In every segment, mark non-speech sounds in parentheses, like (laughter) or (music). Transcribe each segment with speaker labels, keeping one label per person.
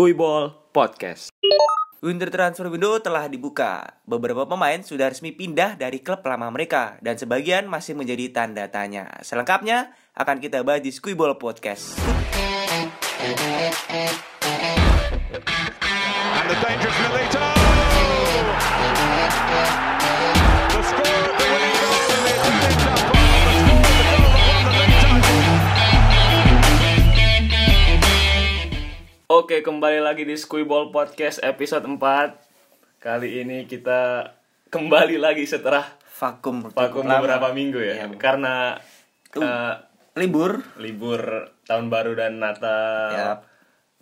Speaker 1: Skuyball Podcast.
Speaker 2: Winter transfer window telah dibuka. Beberapa pemain sudah resmi pindah dari klub lama mereka dan sebagian masih menjadi tanda tanya. Selengkapnya akan kita bahas di Squibble Podcast.
Speaker 3: And the dangerous Milito! The score of the winning goal from the Italian top bar. The score of the goal that won the league title.
Speaker 1: Oke, kembali lagi di Skuyball Podcast episode 4. Kali ini kita kembali lagi setelah
Speaker 2: Vakum,
Speaker 1: vakum
Speaker 2: lama.
Speaker 1: beberapa minggu ya.
Speaker 2: Iya, Bu.
Speaker 1: Karena
Speaker 2: Tuh.
Speaker 1: eh,
Speaker 2: libur.
Speaker 1: libur tahun baru dan
Speaker 2: Yap.
Speaker 1: Natal.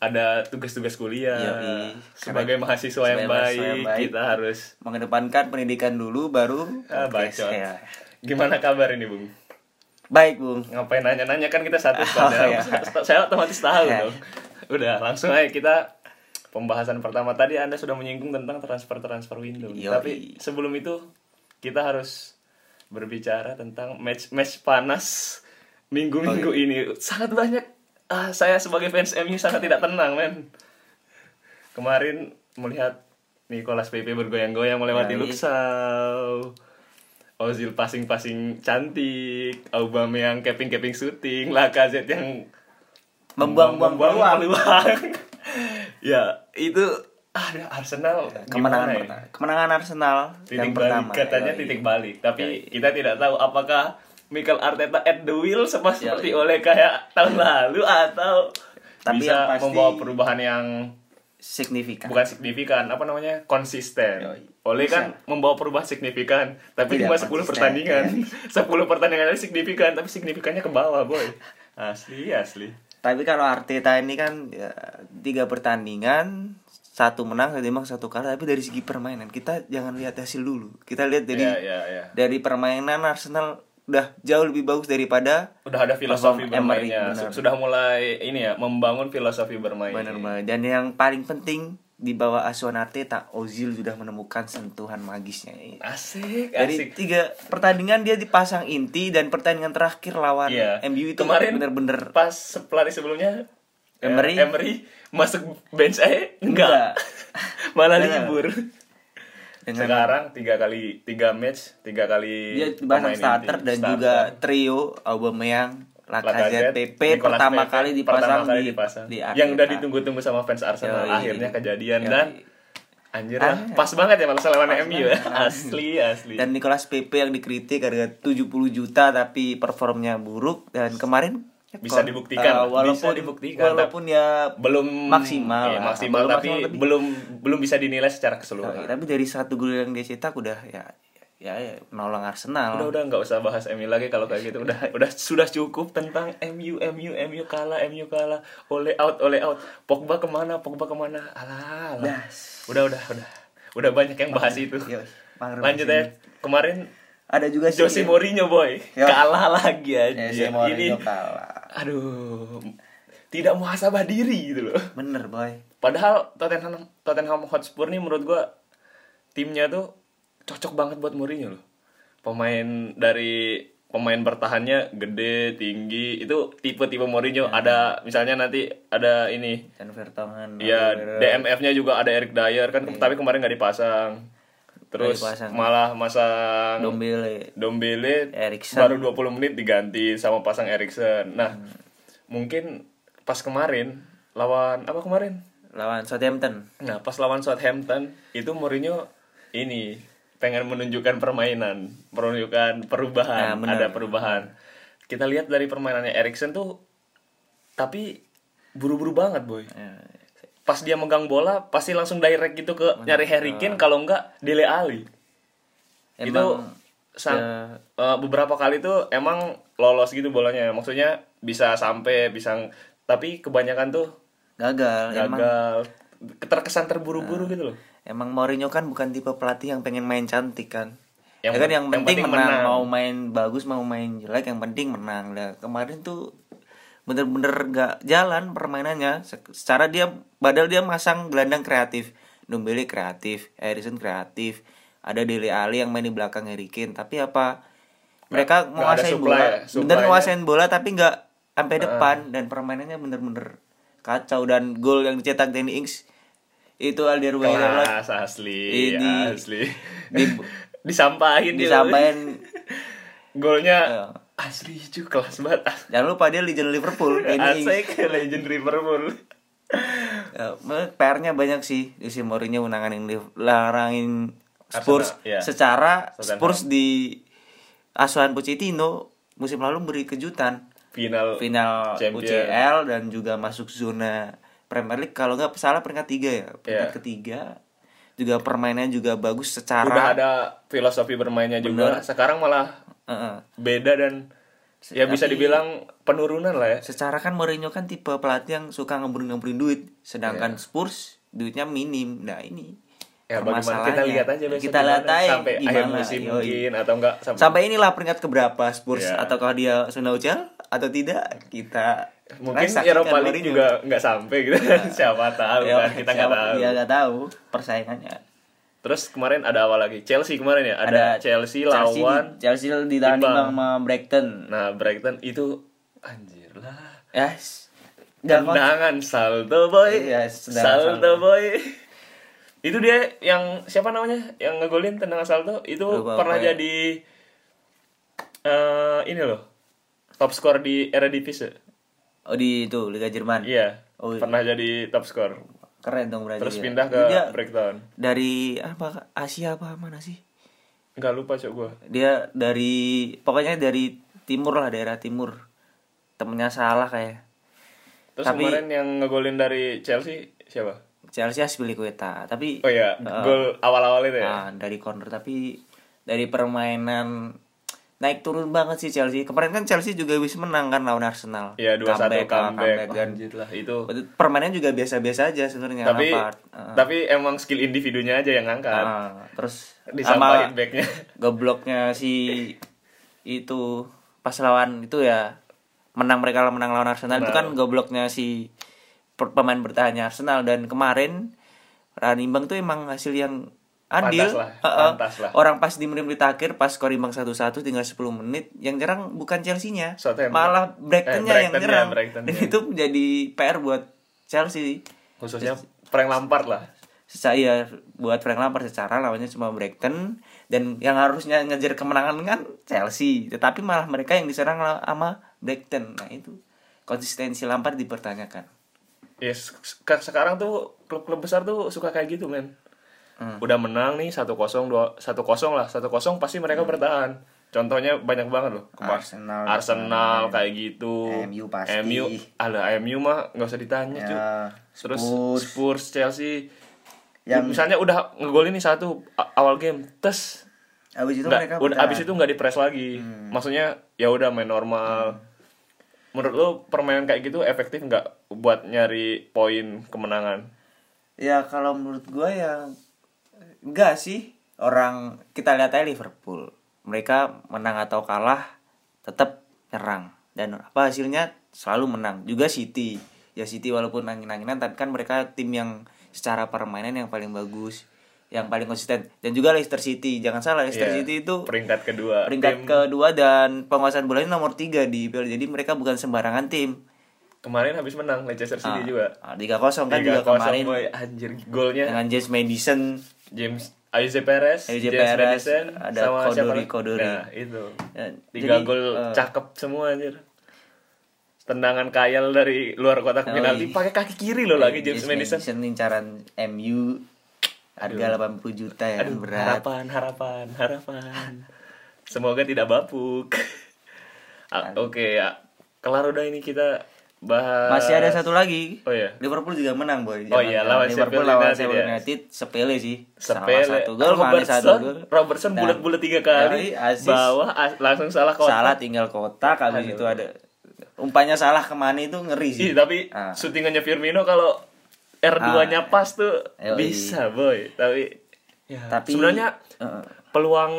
Speaker 1: Ada tugas-tugas kuliah.
Speaker 2: Yoi.
Speaker 1: Sebagai
Speaker 2: Iya, Karena-
Speaker 1: mahasiswa yang,
Speaker 2: sebagai
Speaker 1: baik,
Speaker 2: mahasiswa yang baik.
Speaker 1: kita harus
Speaker 2: Mengedepankan pendidikan dulu baru
Speaker 1: ah,
Speaker 2: podcast.
Speaker 1: bacot.
Speaker 2: Ya.
Speaker 1: Gimana kabar ini, Bung?
Speaker 2: Baik, Bung.
Speaker 1: ngapain nanya-nanya kan kita
Speaker 2: (laughs)
Speaker 1: satu
Speaker 2: Oh,
Speaker 1: padahal
Speaker 2: iya.
Speaker 1: saya otomatis tahu
Speaker 2: Iya.
Speaker 1: dong udah langsung aja kita pembahasan pertama tadi anda sudah menyinggung tentang transfer transfer window
Speaker 2: Yoi.
Speaker 1: tapi sebelum itu kita harus berbicara tentang match match panas minggu
Speaker 2: Oh,
Speaker 1: minggu
Speaker 2: iya.
Speaker 1: ini sangat banyak ah, saya sebagai fans MU sangat tidak tenang men kemarin melihat Nicolas Pepe bergoyang-goyang melewati
Speaker 2: Yoi.
Speaker 1: Luxau Ozil passing-passing cantik, Aubameyang keping-keping syuting, Lacazette yang
Speaker 2: Membuang-buang
Speaker 1: membuang
Speaker 2: peluang.
Speaker 1: peluang. (laughs) ya, itu ah, ada Arsenal
Speaker 2: Kemenangan
Speaker 1: gimana ya?
Speaker 2: pertama. Kemenangan Arsenal yang
Speaker 1: Titik balik,
Speaker 2: pertama.
Speaker 1: katanya
Speaker 2: Yoi.
Speaker 1: titik balik, tapi kita tidak tahu apakah Mikel Arteta at the wheel sama seperti
Speaker 2: Yoi.
Speaker 1: oleh kayak tahun lalu atau
Speaker 2: Tapi yang
Speaker 1: bisa
Speaker 2: pasti-
Speaker 1: membawa perubahan yang
Speaker 2: signifikan.
Speaker 1: bukan signifikan apa namanya konsisten
Speaker 2: Yoi.
Speaker 1: oleh kan membawa perubahan signifikan tapi
Speaker 2: Tidak
Speaker 1: cuma 10
Speaker 2: konsisten, (laughs)
Speaker 1: pertandingan 10 pertandingan aja signifikan tapi signifikannya ke bawah boy asli asli
Speaker 2: Tapi kalau Arteta ini kan ya, tiga pertandingan satu menang satu imbang satu kalah tapi dari segi permainan kita jangan lihat hasil dulu kita lihat dari
Speaker 1: ya ya ya
Speaker 2: dari permainan Arsenal udah jauh lebih bagus daripada
Speaker 1: udah ada filosofi
Speaker 2: Perform Emery,
Speaker 1: bermainnya
Speaker 2: benar.
Speaker 1: sudah mulai ini ya membangun filosofi bermain
Speaker 2: benar banget. dan yang paling penting di bawah asuhan Arteta Ozil sudah menemukan sentuhan magisnya
Speaker 1: asik
Speaker 2: dari
Speaker 1: asik
Speaker 2: tiga pertandingan dia dipasang inti dan pertandingan terakhir lawan
Speaker 1: Iya.
Speaker 2: MU itu
Speaker 1: kemarin
Speaker 2: bener-bener
Speaker 1: pas pelari sebelumnya ya,
Speaker 2: Emery.
Speaker 1: Emery masuk bench aja enggak,
Speaker 2: Enggak.
Speaker 1: (laughs) malah
Speaker 2: Enggak.
Speaker 1: libur
Speaker 2: Dengan-
Speaker 1: sekarang tiga kali tiga match tiga kali
Speaker 2: dia dibahas
Speaker 1: pemain
Speaker 2: starter
Speaker 1: inti.
Speaker 2: dan
Speaker 1: Starter.
Speaker 2: juga trio Aubameyang Lacazette
Speaker 1: Lacazette,
Speaker 2: PP
Speaker 1: Nicolas
Speaker 2: pertama
Speaker 1: Pepe,
Speaker 2: kali dipasang
Speaker 1: pertama kali
Speaker 2: di,
Speaker 1: dipasang.
Speaker 2: di
Speaker 1: yang udah
Speaker 2: Arteta.
Speaker 1: ditunggu-tunggu sama fans Arsenal
Speaker 2: Yoi.
Speaker 1: akhirnya kejadian
Speaker 2: Yoi.
Speaker 1: dan anjir lah,
Speaker 2: Ah.
Speaker 1: pas banget ya malah lawan
Speaker 2: Pas
Speaker 1: MU ya
Speaker 2: banget.
Speaker 1: asli asli
Speaker 2: dan Nicolas Pepe yang dikritik harga 70 juta tapi performnya buruk dan kemarin
Speaker 1: Bisa
Speaker 2: kok, eh,
Speaker 1: dibuktikan, bisa
Speaker 2: walaupun
Speaker 1: dibuktikan,
Speaker 2: walaupun ya
Speaker 1: belum
Speaker 2: maksimal
Speaker 1: iya,
Speaker 2: lah.
Speaker 1: maksimal
Speaker 2: Belum
Speaker 1: tapi
Speaker 2: maksimal, tapi-
Speaker 1: belum belum bisa dinilai
Speaker 2: Yoi,
Speaker 1: secara keseluruhan
Speaker 2: tapi dari satu gol yang dia cetak udah ya ya, ya menolong Arsenal
Speaker 1: udah udah nggak usah bahas MU lagi kalau kayak gitu udah udah sudah cukup tentang MU MU MU kalah MU kalah oleh out oleh out Pogba kemana Pogba kemana alah, alah. udah udah udah udah banyak yang bahas itu
Speaker 2: Yoi, Magrib
Speaker 1: lanjut
Speaker 2: sini.
Speaker 1: ya kemarin
Speaker 2: ada juga sih ya.
Speaker 1: Jose Mourinho boy
Speaker 2: Yo.
Speaker 1: kalah lagi aja
Speaker 2: Jose
Speaker 1: ini
Speaker 2: Mourinho kalah
Speaker 1: aduh tidak muhasabah diri gitu loh
Speaker 2: bener boy
Speaker 1: padahal Tottenham Tottenham Hotspur nih menurut gua timnya tuh cocok banget buat Mourinho loh pemain dari pemain bertahannya gede tinggi itu tipe-tipe
Speaker 2: Iya.
Speaker 1: Mourinho ada misalnya nanti ada ini
Speaker 2: dan Vertonghen
Speaker 1: ya
Speaker 2: Aguero.
Speaker 1: DMF-nya juga ada Eric Dyer kan tapi kemarin nggak dipasang terus
Speaker 2: Iya. dipasang.
Speaker 1: malah masang
Speaker 2: Dombele
Speaker 1: Dombele
Speaker 2: Eriksen. Hmm.
Speaker 1: baru 20 menit diganti sama pasang Erikson. Nah, mungkin pas kemarin lawan apa kemarin?
Speaker 2: lawan Southampton
Speaker 1: Nah, pas lawan Southampton itu Mourinho ini pengen menunjukkan permainan, menunjukkan
Speaker 2: Nah,
Speaker 1: perubahan,
Speaker 2: benar.
Speaker 1: ada perubahan. Kita lihat dari permainannya Erikson tuh tapi buru-buru banget, boy.
Speaker 2: Ya,
Speaker 1: Pas dia megang bola pasti langsung direct gitu ke nyari Harry Kane kalau enggak Dele Alli.
Speaker 2: Nah. emang ya.
Speaker 1: itu sang- eh, beberapa kali tuh emang lolos gitu bolanya maksudnya bisa sampai bisa ng- tapi kebanyakan tuh
Speaker 2: gagal emang Nah.
Speaker 1: gagal terkesan terburu-buru gitu loh
Speaker 2: emang Mourinho kan bukan tipe pelatih yang pengen main cantik kan
Speaker 1: Yang
Speaker 2: ya kan
Speaker 1: pen-
Speaker 2: yang
Speaker 1: yang
Speaker 2: penting,
Speaker 1: penting
Speaker 2: menang.
Speaker 1: menang.
Speaker 2: mau main bagus mau main jelek yang penting menang lah kemarin tuh bener-bener gak jalan permainannya Se- secara dia padahal dia masang gelandang kreatif Dombele kreatif Harrison kreatif ada Dele Alli yang main di belakang Harry Kane tapi apa mereka
Speaker 1: Nggak- nggak ada
Speaker 2: menguasai
Speaker 1: supply
Speaker 2: bola
Speaker 1: ya,
Speaker 2: bener
Speaker 1: supply-nya.
Speaker 2: nguasain bola tapi nggak sampai depan dan permainannya bener-bener kacau dan gol yang dicetak Danny Ings itu Alderweireld
Speaker 1: Kelas asli,
Speaker 2: Ini-
Speaker 1: asli. (laughs) gitu.
Speaker 2: di-
Speaker 1: disampahin dia.
Speaker 2: disampaikan Iya.
Speaker 1: Golnya asli itu kelas banget.
Speaker 2: jangan lupa dia legend
Speaker 1: (laughs)
Speaker 2: Liverpool Danny Ings
Speaker 1: Asik legend Liverpool.
Speaker 2: Ya, menurut PR-nya banyak sih di si Mourinho menanganin Liv- larangin Spurs
Speaker 1: Arsenal, iya.
Speaker 2: secara
Speaker 1: Southampton.
Speaker 2: Spurs di asuhan Pochettino musim lalu beri kejutan
Speaker 1: Final
Speaker 2: final
Speaker 1: Champion.
Speaker 2: UCL dan juga masuk zona Premier League kalau nggak salah peringkat tiga ya peringkat
Speaker 1: Iya.
Speaker 2: ketiga juga permainannya juga bagus
Speaker 1: udah
Speaker 2: secara
Speaker 1: ada filosofi bermainnya juga. Sekarang malah
Speaker 2: Heeh.
Speaker 1: beda dan ya bisa dibilang penurunan lah ya.
Speaker 2: secara kan Mourinho kan tipe pelatih yang suka ngemburin-ngemburin duit sedangkan Spurs duitnya minim nah ini
Speaker 1: Iya. Ya bagaimana kita
Speaker 2: permasalahannya.
Speaker 1: lihat aja besok
Speaker 2: kita lihat
Speaker 1: gimana.
Speaker 2: aja
Speaker 1: sampai akhir
Speaker 2: gimana,
Speaker 1: musim
Speaker 2: yoi.
Speaker 1: mungkin atau enggak sampai,
Speaker 2: sampai inilah peringkat keberapa Spurs
Speaker 1: Iya.
Speaker 2: ataukah dia sudah UCL atau tidak kita
Speaker 1: mungkin
Speaker 2: rasakan
Speaker 1: Eropa League
Speaker 2: kan, Mourinho.
Speaker 1: juga enggak sampai gitu. (laughs) Siapa tahu
Speaker 2: Ya,
Speaker 1: kan kita enggak
Speaker 2: siapa-
Speaker 1: tahu.
Speaker 2: ya, nggak tahu persaingannya
Speaker 1: Terus kemarin ada awal lagi Chelsea kemarin ya ada,
Speaker 2: di-
Speaker 1: Chelsea lawan
Speaker 2: Chelsea ditahan imbang
Speaker 1: Imbang.
Speaker 2: sama Brighton
Speaker 1: nah Brighton itu anjir lah.
Speaker 2: yes Dan
Speaker 1: Tendangan Saldo Boy.
Speaker 2: Iya, tendangan Saldo.
Speaker 1: Saldo Boy. Itu dia yang siapa namanya? Yang ngegolin tendangan Saldo itu
Speaker 2: Lupa
Speaker 1: pernah
Speaker 2: apa ya.
Speaker 1: jadi eh ini loh. Top skor di Eredivisie.
Speaker 2: oh di itu Liga Jerman
Speaker 1: Iya.
Speaker 2: Oh, iya.
Speaker 1: Pernah jadi top skor.
Speaker 2: keren dong berarti
Speaker 1: Terus
Speaker 2: dia.
Speaker 1: pindah ke
Speaker 2: Dia
Speaker 1: Brighton.
Speaker 2: dari apa Asia apa mana sih
Speaker 1: Enggak lupa cok gua.
Speaker 2: dia dari pokoknya dari timur lah daerah timur temennya salah kayak
Speaker 1: Terus
Speaker 2: Tapi-
Speaker 1: kemarin yang ngegolin dari Chelsea siapa?
Speaker 2: Chelsea Aspilicueta tapi eh,
Speaker 1: Oh iya, gol awal-awal itu
Speaker 2: Ah,
Speaker 1: ya.
Speaker 2: dari corner tapi dari permainan naik turun banget sih Chelsea. Kemarin kan Chelsea juga wis menang kan lawan Arsenal. ah,
Speaker 1: Iya, 2-1
Speaker 2: lah,
Speaker 1: comeback,
Speaker 2: dan
Speaker 1: Anjir lah itu.
Speaker 2: permainannya juga biasa-biasa aja sebenarnya
Speaker 1: Tapi
Speaker 2: Lampard. Ah,
Speaker 1: tapi emang skill individunya aja yang ngangkat.
Speaker 2: ah, terus sama
Speaker 1: Disampahin backnya. (laughs)
Speaker 2: gobloknya si itu pas lawan itu ya menang mereka lah, menang lawan Arsenal itu kan
Speaker 1: Nah.
Speaker 2: gobloknya si per- pemain bertahannya Arsenal dan kemarin Rani Bang tuh emang hasil yang adil
Speaker 1: Pantas lah,
Speaker 2: Heeh.
Speaker 1: pantas lah.
Speaker 2: orang pas di menit-menit akhir pas skor imbang 1-1 tinggal 10 menit yang nyerang bukan Chelsea-nya
Speaker 1: Southampton.
Speaker 2: malah Brighton-nya
Speaker 1: Eh,
Speaker 2: yang
Speaker 1: Brighton-nya,
Speaker 2: nyerang
Speaker 1: Brighton-nya.
Speaker 2: dan itu menjadi PR buat Chelsea
Speaker 1: Khususnya Frank Lampard lah.
Speaker 2: secara ya, buat Frank Lampard secara lawannya cuma Brighton dan yang harusnya ngejar kemenangan kan Chelsea tetapi malah mereka yang diserang la- sama Brighton nah itu konsistensi Lampard dipertanyakan
Speaker 1: Ya se- se- sekarang tuh klub-klub besar tuh suka kayak gitu, men.
Speaker 4: Hmm.
Speaker 1: Udah menang nih 1-0, 2 1-0 lah, 1-0 pasti mereka bertahan. Contohnya banyak banget loh. Kemar-
Speaker 4: Hmm. Arsenal.
Speaker 1: Arsenal kayak gitu.
Speaker 4: MU pasti.
Speaker 1: MU, alah MU mah nggak usah ditanya,
Speaker 4: Ya,
Speaker 1: cuy. Terus
Speaker 4: Spurs.
Speaker 1: Spurs, Chelsea
Speaker 4: Yang-
Speaker 1: misalnya udah ngegolin nih satu a- awal game, tes
Speaker 4: Abis itu mereka
Speaker 1: nggak udah
Speaker 4: bertahan.
Speaker 1: abis itu nggak dipres lagi
Speaker 2: Hmm.
Speaker 1: maksudnya ya udah main normal menurut lo permainan kayak gitu efektif nggak buat nyari poin kemenangan
Speaker 2: ya kalau menurut gua ya enggak sih orang kita lihat aja Liverpool mereka menang atau kalah tetap nyerang dan apa hasilnya selalu menang juga City ya City walaupun angin-anginan tapi kan mereka tim yang secara permainan yang paling bagus yang paling konsisten dan juga Leicester City jangan salah Leicester
Speaker 1: Iya,
Speaker 2: City itu
Speaker 1: peringkat kedua
Speaker 2: peringkat
Speaker 1: Tim-
Speaker 2: kedua dan penguasaan bolanya nomor tiga di PL jadi mereka bukan sembarangan tim Ah,
Speaker 1: kemarin habis menang Leicester City juga
Speaker 2: tiga kosong kan juga
Speaker 1: 3-0
Speaker 2: kemarin
Speaker 1: boy anjir golnya
Speaker 2: dengan James Madison
Speaker 1: James Ayo Perez,
Speaker 2: Ayoze
Speaker 1: James
Speaker 2: Perez,
Speaker 1: Madison,
Speaker 2: ada
Speaker 1: sama
Speaker 2: Kodori,
Speaker 1: siapa lagi?
Speaker 2: Kodori.
Speaker 1: Nah, itu.
Speaker 2: Ya,
Speaker 1: Tiga
Speaker 2: jadi,
Speaker 1: gol
Speaker 2: eh,
Speaker 1: cakep semua anjir. Tendangan Kayal dari luar kotak
Speaker 2: Oh,
Speaker 1: penalti
Speaker 2: iya.
Speaker 1: pakai kaki kiri loh lagi James, Madison.
Speaker 2: incaran MU harga 80 juta ya
Speaker 1: Aduh,
Speaker 2: berat.
Speaker 1: harapan, harapan, harapan. Semoga tidak bapuk. (laughs) Ah, Oke ya, kelar udah ini kita bahas.
Speaker 2: Masih ada satu lagi.
Speaker 1: Oh iya.
Speaker 2: Liverpool juga menang, Boy.
Speaker 1: Oh iya, lawan
Speaker 2: Liverpool
Speaker 1: Sheffield
Speaker 2: lawan
Speaker 1: United
Speaker 2: Sheffield
Speaker 1: ya.
Speaker 2: United sepele sih.
Speaker 1: Sepele.
Speaker 2: Salah satu gol, Mane satu
Speaker 1: Robertson,
Speaker 2: gol.
Speaker 1: Robertson
Speaker 2: Dan
Speaker 1: bulat-bulat tiga
Speaker 2: dari
Speaker 1: kali.
Speaker 2: assist.
Speaker 1: Bawah as- langsung salah kotak.
Speaker 2: Salah tinggal kotak habis
Speaker 1: Aduh.
Speaker 2: itu ada umpannya salah ke Mane itu ngeri sih.
Speaker 1: Ih, tapi
Speaker 2: Ah.
Speaker 1: syutingannya Firmino kalau R2-nya pas tuh
Speaker 2: Yoi.
Speaker 1: bisa, boy. Tapi ya,
Speaker 2: Tapi-
Speaker 1: sebenarnya
Speaker 2: Heeh.
Speaker 1: peluang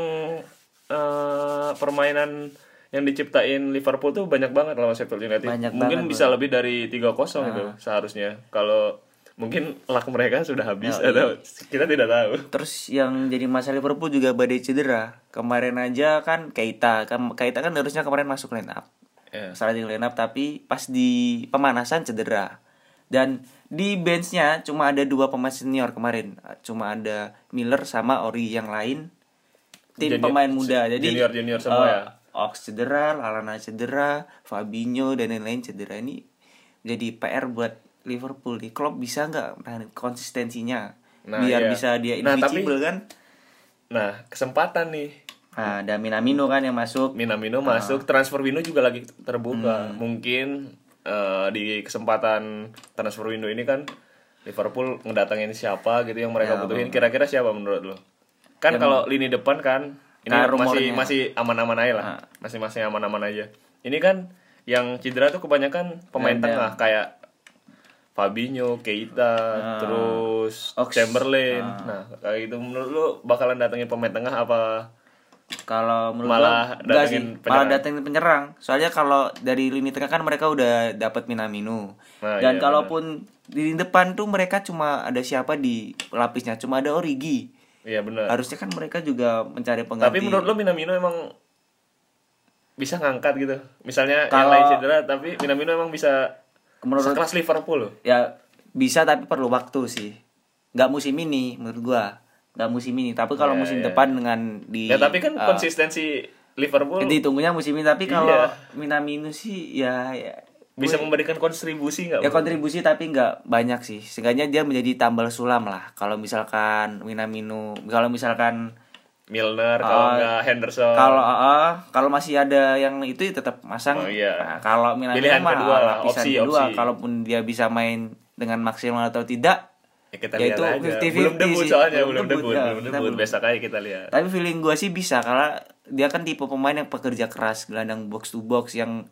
Speaker 1: eh, permainan yang diciptain Liverpool tuh banyak banget lawan Sheffield United.
Speaker 2: Banyak Ah.
Speaker 1: mungkin
Speaker 2: banget,
Speaker 1: bisa lebih dari 3-0 gitu seharusnya. Kalau mungkin luck mereka sudah habis atau kita tidak tahu.
Speaker 2: Terus yang jadi masalah Liverpool juga badai cedera. Kemarin aja kan Keita, Kam- Keita kan harusnya kemarin masuk line up.
Speaker 1: Ya.
Speaker 2: starting lineup tapi pas di pemanasan cedera. Dan di benchnya cuma ada dua pemain senior kemarin, cuma ada Miller sama Ori yang lain tim
Speaker 1: Junior-
Speaker 2: pemain muda. Jadi
Speaker 1: junior-junior semua
Speaker 2: eh,
Speaker 1: ya?
Speaker 2: Ox cedera, Lalana cedera, Fabinho dan lain-lain cedera ini jadi PR buat Liverpool nih. Klopp bisa nggak menahan konsistensinya?
Speaker 1: Nah,
Speaker 2: biar
Speaker 1: iya.
Speaker 2: bisa dia
Speaker 1: Nah, tapi-
Speaker 2: invisible kan?
Speaker 1: Nah, kesempatan nih.
Speaker 2: Nah, ada Minamino kan yang masuk.
Speaker 1: Minamino
Speaker 2: Ah.
Speaker 1: masuk, transfer window juga lagi
Speaker 2: Hmm.
Speaker 1: terbuka. Mungkin eh, di kesempatan transfer window ini kan Liverpool ngedatengin siapa gitu yang
Speaker 2: Ya,
Speaker 1: mereka butuhin. Kira-kira siapa menurut lo? Kan kalau lini depan kan ini
Speaker 2: Nah,
Speaker 1: masih
Speaker 2: rumornya. Ah.
Speaker 1: masih aman-aman aja lah. Masih-masih aman-aman aja. Ini kan yang cedera tuh kebanyakan pemain tengah kayak Fabinho, Keita, terus
Speaker 2: Ah. Ox. Ah.
Speaker 1: Chamberlain. Nah, kayak gitu menurut lo bakalan datengin pemain tengah apa
Speaker 2: Kalau menurut gua,
Speaker 1: Malah
Speaker 2: enggak
Speaker 1: datengin
Speaker 2: sih, malah
Speaker 1: penyerang.
Speaker 2: datengin penyerang. Soalnya kalau dari lini tengah kan mereka udah dapat Minamino.
Speaker 1: Nah,
Speaker 2: Dan
Speaker 1: iya,
Speaker 2: kalaupun di lini depan tuh mereka cuma ada siapa di lapisnya, cuma ada Origi.
Speaker 1: Iya benar.
Speaker 2: Harusnya kan mereka juga mencari pengganti.
Speaker 1: Tapi menurut lo Minamino emang bisa ngangkat gitu. Misalnya yang
Speaker 2: Kalau-
Speaker 1: lain cedera tapi Minamino emang bisa
Speaker 2: Menurut-
Speaker 1: sekelas Liverpool loh.
Speaker 2: ya bisa tapi perlu waktu sih. Nggak musim ini menurut gua. Nggak musim ini, tapi kalau
Speaker 1: Iya,
Speaker 2: musim
Speaker 1: iya.
Speaker 2: depan dengan di
Speaker 1: Ya tapi kan
Speaker 2: eh,
Speaker 1: konsistensi Liverpool
Speaker 2: jadi tunggunya musim ini tapi kalau
Speaker 1: Iya.
Speaker 2: Minamino sih ya, ya
Speaker 1: bisa memberikan kontribusi nggak?
Speaker 2: Ya kontribusi tapi nggak banyak sih. Seenggaknya dia menjadi tambal sulam lah. Kalau misalkan Minamino, kalau misalkan
Speaker 1: Milner kalau
Speaker 2: Ah,
Speaker 1: nggak Henderson.
Speaker 2: kalau eh, kalau masih ada yang itu ya tetap masang.
Speaker 1: Oh,
Speaker 2: Nah,
Speaker 1: iya.
Speaker 2: kalau Minamino
Speaker 1: Pilihan
Speaker 2: mah
Speaker 1: kedua lah,
Speaker 2: lapisan
Speaker 1: opsi,
Speaker 2: kedua.
Speaker 1: opsi.
Speaker 2: Kalaupun dia bisa main dengan maksimal atau tidak.
Speaker 1: ya
Speaker 2: ya
Speaker 1: kita lihat
Speaker 2: itu
Speaker 1: aja.
Speaker 2: 50-50
Speaker 1: Belum debut
Speaker 2: sih.
Speaker 1: soalnya, belum
Speaker 2: Belum
Speaker 1: debut,
Speaker 2: debut, ya.
Speaker 1: belum
Speaker 2: Kita
Speaker 1: debut.
Speaker 2: belum-
Speaker 1: Besok aja kita lihat.
Speaker 2: Tapi feeling gua sih bisa karena dia kan tipe pemain yang pekerja keras, gelandang box to box yang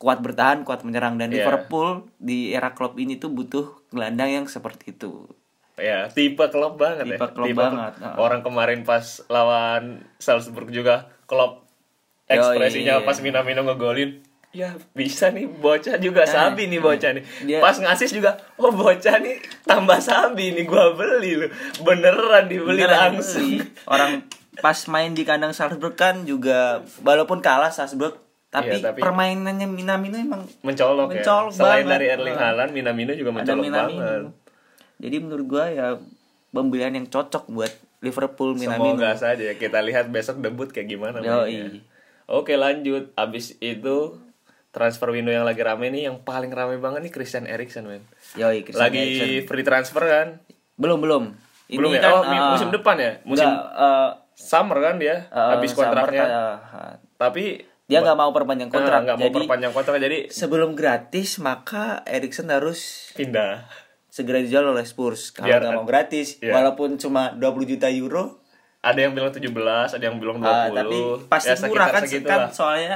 Speaker 2: kuat bertahan, kuat menyerang dan
Speaker 1: Iya.
Speaker 2: Liverpool di era Klopp ini tuh butuh gelandang yang seperti itu.
Speaker 1: Ya, tipe klub banget ya.
Speaker 2: Tipe klub banget, heeh.
Speaker 1: Orang kemarin pas lawan Salzburg juga klub ekspresinya
Speaker 2: Yoi.
Speaker 1: pas Minamino ngegolin. Ya, bisa nih bocah juga sabi nih bocah nih.
Speaker 2: Nah, Dia-
Speaker 1: Pas ngasis juga, oh bocah nih tambah sabi nih gua beli lu. Beneran dibeli
Speaker 2: Beneran
Speaker 1: langsung.
Speaker 2: dibeli. (laughs) Orang pas main di kandang Salzburg kan juga walaupun kalah Salzburg tapi,
Speaker 1: Iya, tapi-
Speaker 2: permainannya Minamino emang
Speaker 1: Mencolok,
Speaker 2: Mencolok
Speaker 1: ya. Selain
Speaker 2: banget.
Speaker 1: dari Erling Haaland, Minamino juga
Speaker 2: ada
Speaker 1: mencolok banget.
Speaker 2: Minamino. Jadi menurut gua ya pembelian yang cocok buat Liverpool
Speaker 1: Semoga
Speaker 2: Minamino.
Speaker 1: saja ya, kita lihat besok debut kayak gimana. mainnya.
Speaker 2: Yoi.
Speaker 1: Oke lanjut, abis itu transfer window yang lagi rame nih, yang paling rame banget nih Christian Eriksen men.
Speaker 2: Yoi, Christian
Speaker 1: lagi
Speaker 2: Eriksen.
Speaker 1: free transfer kan?
Speaker 2: belum belum.
Speaker 1: Belum ya? oh, mi-
Speaker 2: eh,
Speaker 1: musim depan ya? Musim
Speaker 2: enggak, eh,
Speaker 1: summer kan dia,
Speaker 2: eh,
Speaker 1: abis
Speaker 2: Samar
Speaker 1: kontraknya.
Speaker 2: kan, eh,
Speaker 1: Tapi
Speaker 2: dia nggak mau perpanjang kontrak.
Speaker 1: kontrak nggak mau
Speaker 2: jadi
Speaker 1: perpanjang kontrak jadi
Speaker 2: sebelum gratis maka Erikson harus
Speaker 1: pindah.
Speaker 2: segera dijual oleh Spurs kalau
Speaker 1: Biar-
Speaker 2: nggak mau gratis
Speaker 1: Iya.
Speaker 2: walaupun cuma 20 juta euro
Speaker 1: Ada yang bilang 17, ada yang bilang 20.
Speaker 2: ah, tapi pasti
Speaker 1: Ya, sekitar
Speaker 2: murah kan
Speaker 1: segitulah.
Speaker 2: kan soalnya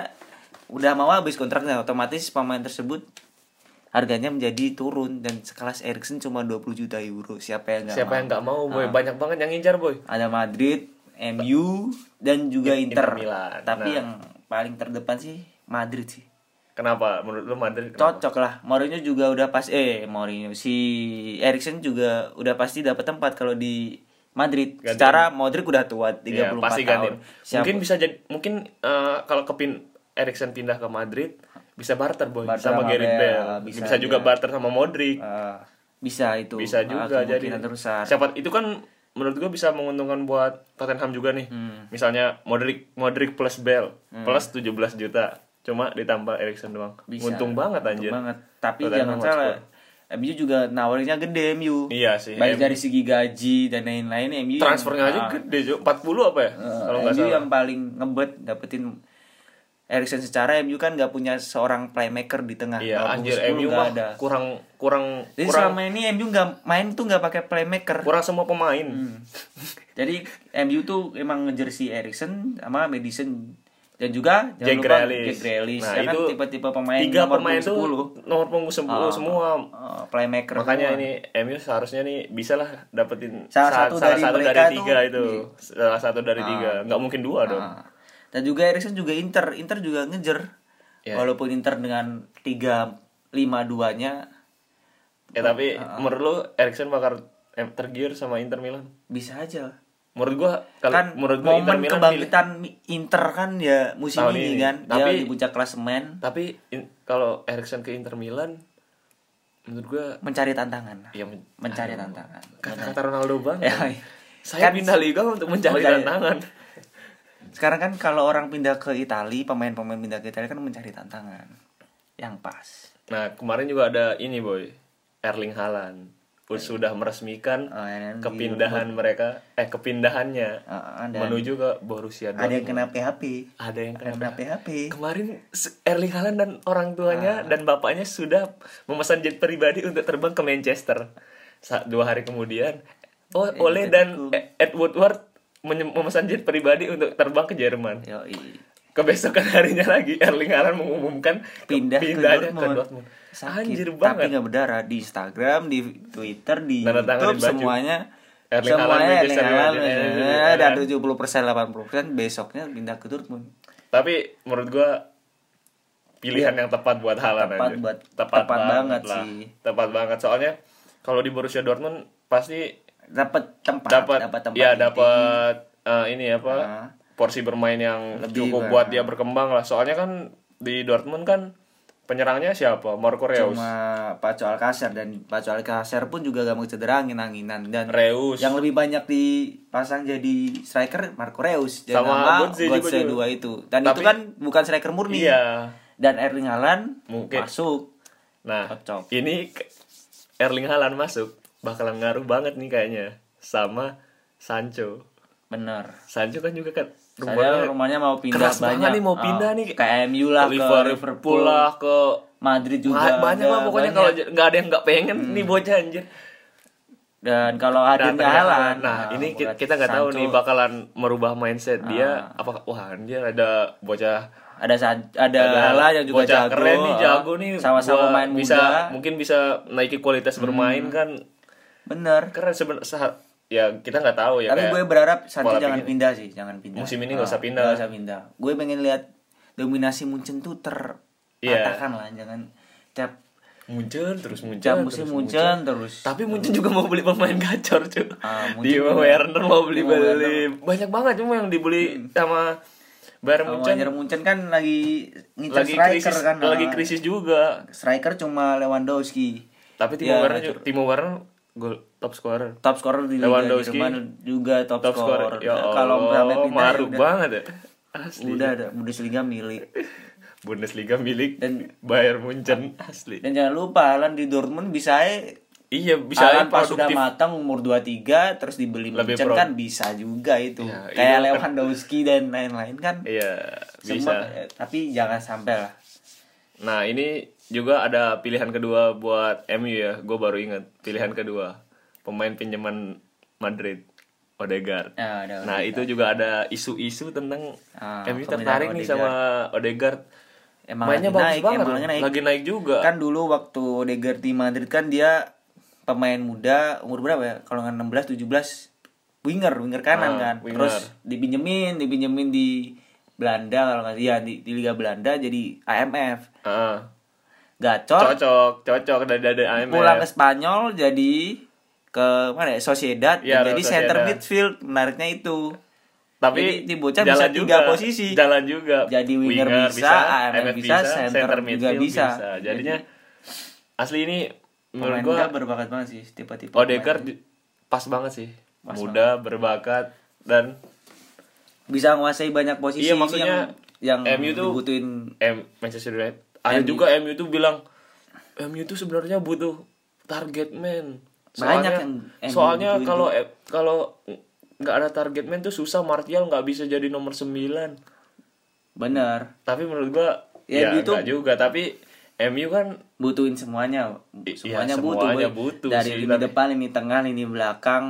Speaker 2: udah mau habis kontraknya otomatis pemain tersebut harganya menjadi turun dan sekelas Erikson cuma 20 juta euro siapa yang nggak
Speaker 1: Siapa yang nggak
Speaker 2: Ah.
Speaker 1: mau boy? Banyak banget yang ngincar boy.
Speaker 2: ada Madrid MU dan juga
Speaker 1: Inter
Speaker 2: Inter,
Speaker 1: Milan.
Speaker 2: tapi
Speaker 1: Nah.
Speaker 2: yang paling terdepan sih Madrid sih
Speaker 1: Kenapa? Menurut lu Madrid kenapa?
Speaker 2: cocok lah Mourinho juga udah pas eh Mourinho si Erikson juga udah pasti dapat tempat kalau di Madrid secara Modric udah tua 34
Speaker 1: Iya, pasti
Speaker 2: tahun
Speaker 1: gantiin.
Speaker 2: Siapa-
Speaker 1: Mungkin bisa jadi mungkin eh, kalau kepin Erikson pindah ke Madrid bisa barter boy
Speaker 2: Barter
Speaker 1: sama
Speaker 2: sama
Speaker 1: Gareth
Speaker 2: Bale,
Speaker 1: Bale. Bisa,
Speaker 2: bisa
Speaker 1: juga
Speaker 2: dia.
Speaker 1: barter sama Modric.
Speaker 2: eh, bisa itu
Speaker 1: bisa
Speaker 2: eh,
Speaker 1: juga jadi
Speaker 2: kemungkinan terbesar
Speaker 1: siapa itu kan menurut gua bisa menguntungkan buat Tottenham juga nih.
Speaker 2: Hmm.
Speaker 1: Misalnya Modric Modric plus Bale plus 17 juta. Cuma ditambah Erikson doang.
Speaker 2: Bisa.
Speaker 1: Untung banget anjir.
Speaker 2: Untung banget tapi jangan
Speaker 1: Tottenham Hotspur.
Speaker 2: salah MU juga nawarinnya gede MU
Speaker 1: Iya sih,
Speaker 2: baik
Speaker 1: MU.
Speaker 2: dari segi gaji dan lain-lain MU yang-
Speaker 1: Transfernya aja
Speaker 2: ah,
Speaker 1: gede, Jo. 40 apa ya?
Speaker 2: eh,
Speaker 1: kalau nggak
Speaker 2: MU
Speaker 1: salah.
Speaker 2: yang paling ngebet dapetin Erikson secara MU kan nggak punya seorang playmaker di tengah
Speaker 1: Iya,
Speaker 2: Kalau
Speaker 1: anjir
Speaker 2: Spurs
Speaker 1: MU
Speaker 2: nggak
Speaker 1: mah
Speaker 2: ada.
Speaker 1: kurang kurang
Speaker 2: Jadi
Speaker 1: kurang
Speaker 2: selama ini MU nggak main tuh nggak pakai playmaker.
Speaker 1: kurang semua pemain.
Speaker 2: Hmm. Jadi MU tuh emang ngejar si Erikson sama Madison dan juga jangan
Speaker 1: Jack
Speaker 2: lupa
Speaker 1: Grealish.
Speaker 2: Jack Grealish.
Speaker 1: Nah,
Speaker 2: Ya kan
Speaker 1: itu
Speaker 2: tipe-tipe pemain
Speaker 1: tiga
Speaker 2: nomor
Speaker 1: pemain tuh
Speaker 2: 10.
Speaker 1: nomor punggung 10
Speaker 2: Ah,
Speaker 1: semua.
Speaker 2: ah, playmaker.
Speaker 1: Makanya
Speaker 2: semua.
Speaker 1: ini MU seharusnya nih bisa lah dapetin
Speaker 2: Salah
Speaker 1: sa-
Speaker 2: satu dari mereka tuh
Speaker 1: tiga itu.
Speaker 2: di-
Speaker 1: Salah satu dari tiga. Nggak mungkin dua dong.
Speaker 2: Ah. Dan juga Erikson juga Inter, Inter juga ngejar.
Speaker 1: Ya.
Speaker 2: Walaupun Inter dengan 3 5 2-nya
Speaker 1: Ya tapi
Speaker 2: Ah,
Speaker 1: menurut lu Erikson bakal em- tergiur sama Inter Milan?
Speaker 2: bisa aja.
Speaker 1: Menurut gua kalau
Speaker 2: kan
Speaker 1: menurut gua Inter
Speaker 2: momen
Speaker 1: Milan pilih-
Speaker 2: kebangkitan Inter kan ya musim
Speaker 1: Tahun
Speaker 2: ini,
Speaker 1: ini.
Speaker 2: kan
Speaker 1: Tapi-
Speaker 2: dia di puncak klasemen
Speaker 1: tapi in- kalau Erikson ke Inter Milan menurut gue
Speaker 2: mencari tantangan
Speaker 1: ya men-
Speaker 2: mencari
Speaker 1: aduh,
Speaker 2: tantangan
Speaker 1: kata-kata Ronaldo banget
Speaker 2: Ya, iya.
Speaker 1: saya
Speaker 2: Kan-
Speaker 1: pindah liga untuk mencari
Speaker 2: Mencari-
Speaker 1: tantangan
Speaker 2: sekarang kan kalau orang pindah ke Italia pemain-pemain pindah ke Italia kan mencari tantangan yang pas
Speaker 1: nah kemarin juga ada ini boy Erling Haaland
Speaker 4: Iya.
Speaker 1: sudah meresmikan
Speaker 4: Ah,
Speaker 2: Oh, yang di-
Speaker 1: kepindahan mereka eh kepindahannya
Speaker 2: Uh, uh, dan
Speaker 1: menuju ke Borussia
Speaker 4: Ah, Ada yang
Speaker 1: Dortmund
Speaker 4: kena PHP.
Speaker 1: ada yang
Speaker 4: Ada yang
Speaker 1: kena
Speaker 4: kena PHP.
Speaker 1: Kemarin se- Erling Haaland dan orang
Speaker 4: Ah.
Speaker 1: tuanya dan bapaknya sudah memesan jet pribadi untuk terbang ke Manchester. Sa- dua hari kemudian, oh,
Speaker 4: Iya,
Speaker 1: Ole dan E- Ed Woodward menye- memesan jet pribadi untuk terbang ke Jerman.
Speaker 2: Yoi.
Speaker 1: Kebesokan harinya lagi Erling Haaland mengumumkan ke-
Speaker 2: pindah ke
Speaker 1: pindahnya
Speaker 2: Dortmund, Sakit,
Speaker 1: Anjir
Speaker 2: tapi
Speaker 1: banget.
Speaker 2: nggak berdarah di Instagram di Twitter di
Speaker 1: Tanda tangan
Speaker 2: YouTube
Speaker 1: di baju.
Speaker 2: semuanya
Speaker 1: Erling Haaland,
Speaker 2: semuanya Erling
Speaker 1: Manchester
Speaker 2: Haaland
Speaker 1: United.
Speaker 2: eh, ada 70 persen 80 persen besoknya pindah ke Dortmund
Speaker 1: Tapi menurut gua pilihan yang tepat buat Haaland
Speaker 2: Iya. Tepat
Speaker 1: aja.
Speaker 2: buat-
Speaker 1: tepat,
Speaker 2: tepat
Speaker 1: banget
Speaker 2: banget
Speaker 1: lah.
Speaker 2: sih.
Speaker 1: Tepat banget soalnya kalau di Borussia Dortmund pasti
Speaker 2: dapat tempat
Speaker 1: dapat
Speaker 2: tempat
Speaker 1: ya
Speaker 2: inti.
Speaker 1: dapat eh, ini apa
Speaker 2: Ah.
Speaker 1: porsi bermain yang
Speaker 2: Lebih
Speaker 1: cukup
Speaker 2: ber-
Speaker 1: buat dia berkembang lah soalnya kan di Dortmund kan penyerangnya siapa Marco Reus
Speaker 2: cuma Paco Alcacer dan Paco Alcacer pun juga gak mau cedera angin-anginan dan
Speaker 1: Reus
Speaker 2: yang lebih banyak dipasang jadi striker Marco Reus dan
Speaker 1: Sama
Speaker 2: nama
Speaker 1: Götze juga
Speaker 2: Götze
Speaker 1: juga.
Speaker 2: dua itu dan itu
Speaker 1: Tapi-
Speaker 2: kan bukan striker murni
Speaker 1: iya
Speaker 2: dan Erling Haaland
Speaker 1: Mungkin.
Speaker 2: masuk
Speaker 1: nah
Speaker 2: Cocok.
Speaker 1: ini ke- Erling Haaland masuk bakalan ngaruh banget nih kayaknya sama Sancho
Speaker 2: bener
Speaker 1: Sancho kan juga kan
Speaker 2: saya rumahnya mau pindah
Speaker 1: keras banget
Speaker 2: banyak
Speaker 1: nih mau pindah
Speaker 2: Oh,
Speaker 1: nih
Speaker 2: ke MU lah ke
Speaker 1: Liverpool,
Speaker 2: Liverpool
Speaker 1: lah ke
Speaker 2: Madrid juga
Speaker 1: Ma- banyak
Speaker 2: ada,
Speaker 1: lah pokoknya
Speaker 2: banyak. Hmm.
Speaker 1: kalau j- nggak ada yang nggak pengen nih bocah anjir Nah,
Speaker 2: dan kalau hadirnya
Speaker 1: ternyata-
Speaker 2: Haaland
Speaker 1: Nah,
Speaker 2: ah,
Speaker 1: ini ki-
Speaker 2: buat
Speaker 1: kita nggak tahu
Speaker 2: Sancho, Ah.
Speaker 1: nih bakalan merubah mindset dia apa wah dia ada bocah
Speaker 2: ada San- ada Haaland yang juga
Speaker 1: bocah
Speaker 2: jago
Speaker 1: keren nih
Speaker 2: ah.
Speaker 1: jago nih
Speaker 2: sama-sama
Speaker 1: gua
Speaker 2: main
Speaker 1: bisa
Speaker 2: muda Hmm.
Speaker 1: mungkin bisa naiki kualitas bermain kan
Speaker 2: bener
Speaker 1: keren sebenarnya ya kita nggak tahu ya
Speaker 2: tapi
Speaker 1: kayak
Speaker 2: gue berharap Sancho
Speaker 1: pola
Speaker 2: jangan
Speaker 1: pikir.
Speaker 2: pindah sih jangan pindah
Speaker 1: Musim ini nggak
Speaker 2: Ah,
Speaker 1: usah pindah.
Speaker 2: nggak usah pindah gue pengen lihat dominasi Munchen tuh
Speaker 1: Iya.
Speaker 2: terpatahkan lah jangan tiap
Speaker 1: Munchen terus Munchen
Speaker 2: tiap
Speaker 1: terus
Speaker 2: musim
Speaker 1: Munchen.
Speaker 2: Munchen terus
Speaker 1: tapi Munchen juga mau beli pemain gacor cuy
Speaker 2: Ah, Munchen
Speaker 1: di
Speaker 2: juga.
Speaker 1: Werner mau beli
Speaker 2: Timo Werner. Hmm.
Speaker 1: beli banyak banget cuma yang dibeli sama Bayern
Speaker 2: Munchen,
Speaker 1: Munchen
Speaker 2: Munchen kan lagi ngincer
Speaker 1: lagi
Speaker 2: striker
Speaker 1: krisis
Speaker 2: kan ah.
Speaker 1: lagi krisis juga
Speaker 2: striker cuma Lewandowski
Speaker 1: Tapi Timo
Speaker 2: Ya,
Speaker 1: Werner juga, Timo Werner gol top scorer.
Speaker 2: top scorer di Liga
Speaker 1: Lewandowski.
Speaker 2: Jerman juga top,
Speaker 1: Top
Speaker 2: scorer, Nah,
Speaker 1: scorer. Ya
Speaker 2: kalau sampai
Speaker 1: Allah,
Speaker 2: pindah ya
Speaker 1: maruk
Speaker 2: udah,
Speaker 1: banget ya. Asli.
Speaker 2: udah ada Bundesliga milik
Speaker 1: Bundesliga milik
Speaker 2: Dan-
Speaker 1: Bayern Munchen asli.
Speaker 2: dan jangan lupa Alan di Dortmund bisa aja
Speaker 1: Iya, bisa
Speaker 2: Bisa
Speaker 1: aja
Speaker 2: pas sudah
Speaker 1: produktif.
Speaker 2: matang umur 23 terus dibeli
Speaker 1: Lebih
Speaker 2: Munchen
Speaker 1: pro.
Speaker 2: kan bisa juga itu.
Speaker 1: Ya,
Speaker 2: Kayak
Speaker 1: itu kan.
Speaker 2: Lewandowski dan lain-lain kan.
Speaker 1: Iya, bisa.
Speaker 2: Semua eh, tapi jangan sampai lah.
Speaker 1: Nah, ini juga ada pilihan kedua buat MU ya. Gue baru ingat pilihan kedua. Pemain pinjaman Madrid Odegaard.
Speaker 2: Ya, ada
Speaker 1: nah, itu juga ada isu-isu tentang
Speaker 2: Ah,
Speaker 1: MU
Speaker 2: pemilihan
Speaker 1: tertarik nih sama Odegaard.
Speaker 2: Emang lagi
Speaker 1: Mainnya bagus
Speaker 2: naik,
Speaker 1: banget. ya.
Speaker 2: emang
Speaker 1: loh.
Speaker 2: lagi naik.
Speaker 1: Lagi naik juga.
Speaker 2: Kan dulu waktu Deger di Madrid kan dia pemain muda umur berapa ya? Kalau nggak 16 17 winger, winger kanan
Speaker 1: Ah,
Speaker 2: kan.
Speaker 1: winger.
Speaker 2: Terus dipinjemin, dipinjemin di Belanda kalau nggak ya di, di Liga Belanda jadi AMF.
Speaker 1: Ah.
Speaker 2: Gacor,
Speaker 1: cocok cocok dari dari IMF
Speaker 2: pulang ke Spanyol jadi ke mana ya Sociedad
Speaker 1: Iya,
Speaker 2: dan jadi
Speaker 1: Sociedad.
Speaker 2: center midfield menariknya itu
Speaker 1: tapi
Speaker 2: jadi ini bocah
Speaker 1: jalan
Speaker 2: bisa tiga posisi.
Speaker 1: jalan juga
Speaker 2: Jadi winger bisa, AMF bisa, center juga bisa.
Speaker 1: jadinya asli ini menurut
Speaker 2: pemain
Speaker 1: gua
Speaker 2: muda berbakat banget sih tipe-tipe
Speaker 1: Odegaard
Speaker 2: pemain.
Speaker 1: di- pas banget sih muda berbakat dan
Speaker 2: bisa menguasai banyak posisi
Speaker 1: Iya,
Speaker 2: ini
Speaker 1: maksudnya
Speaker 2: yang, yang
Speaker 1: MU tuh-
Speaker 2: dibutuhin
Speaker 1: M Manchester United ada
Speaker 2: MU.
Speaker 1: juga MU tuh bilang MU tuh sebenarnya butuh target man
Speaker 2: Banyak
Speaker 1: soalnya,
Speaker 2: yang MU
Speaker 1: soalnya
Speaker 2: butuhin
Speaker 1: kalau kalau nggak ada target man tuh susah Martial nggak bisa jadi nomor 9
Speaker 2: bener
Speaker 1: tapi menurut gua
Speaker 2: Ya,
Speaker 1: ya,
Speaker 2: MU tuh-
Speaker 1: nggak juga tapi MU kan
Speaker 2: butuhin semuanya
Speaker 1: I-
Speaker 2: semuanya,
Speaker 1: iya,
Speaker 2: butuh,
Speaker 1: semuanya
Speaker 2: Boy.
Speaker 1: butuh
Speaker 2: dari
Speaker 1: sih,
Speaker 2: lini
Speaker 1: tapi-
Speaker 2: depan lini tengah lini belakang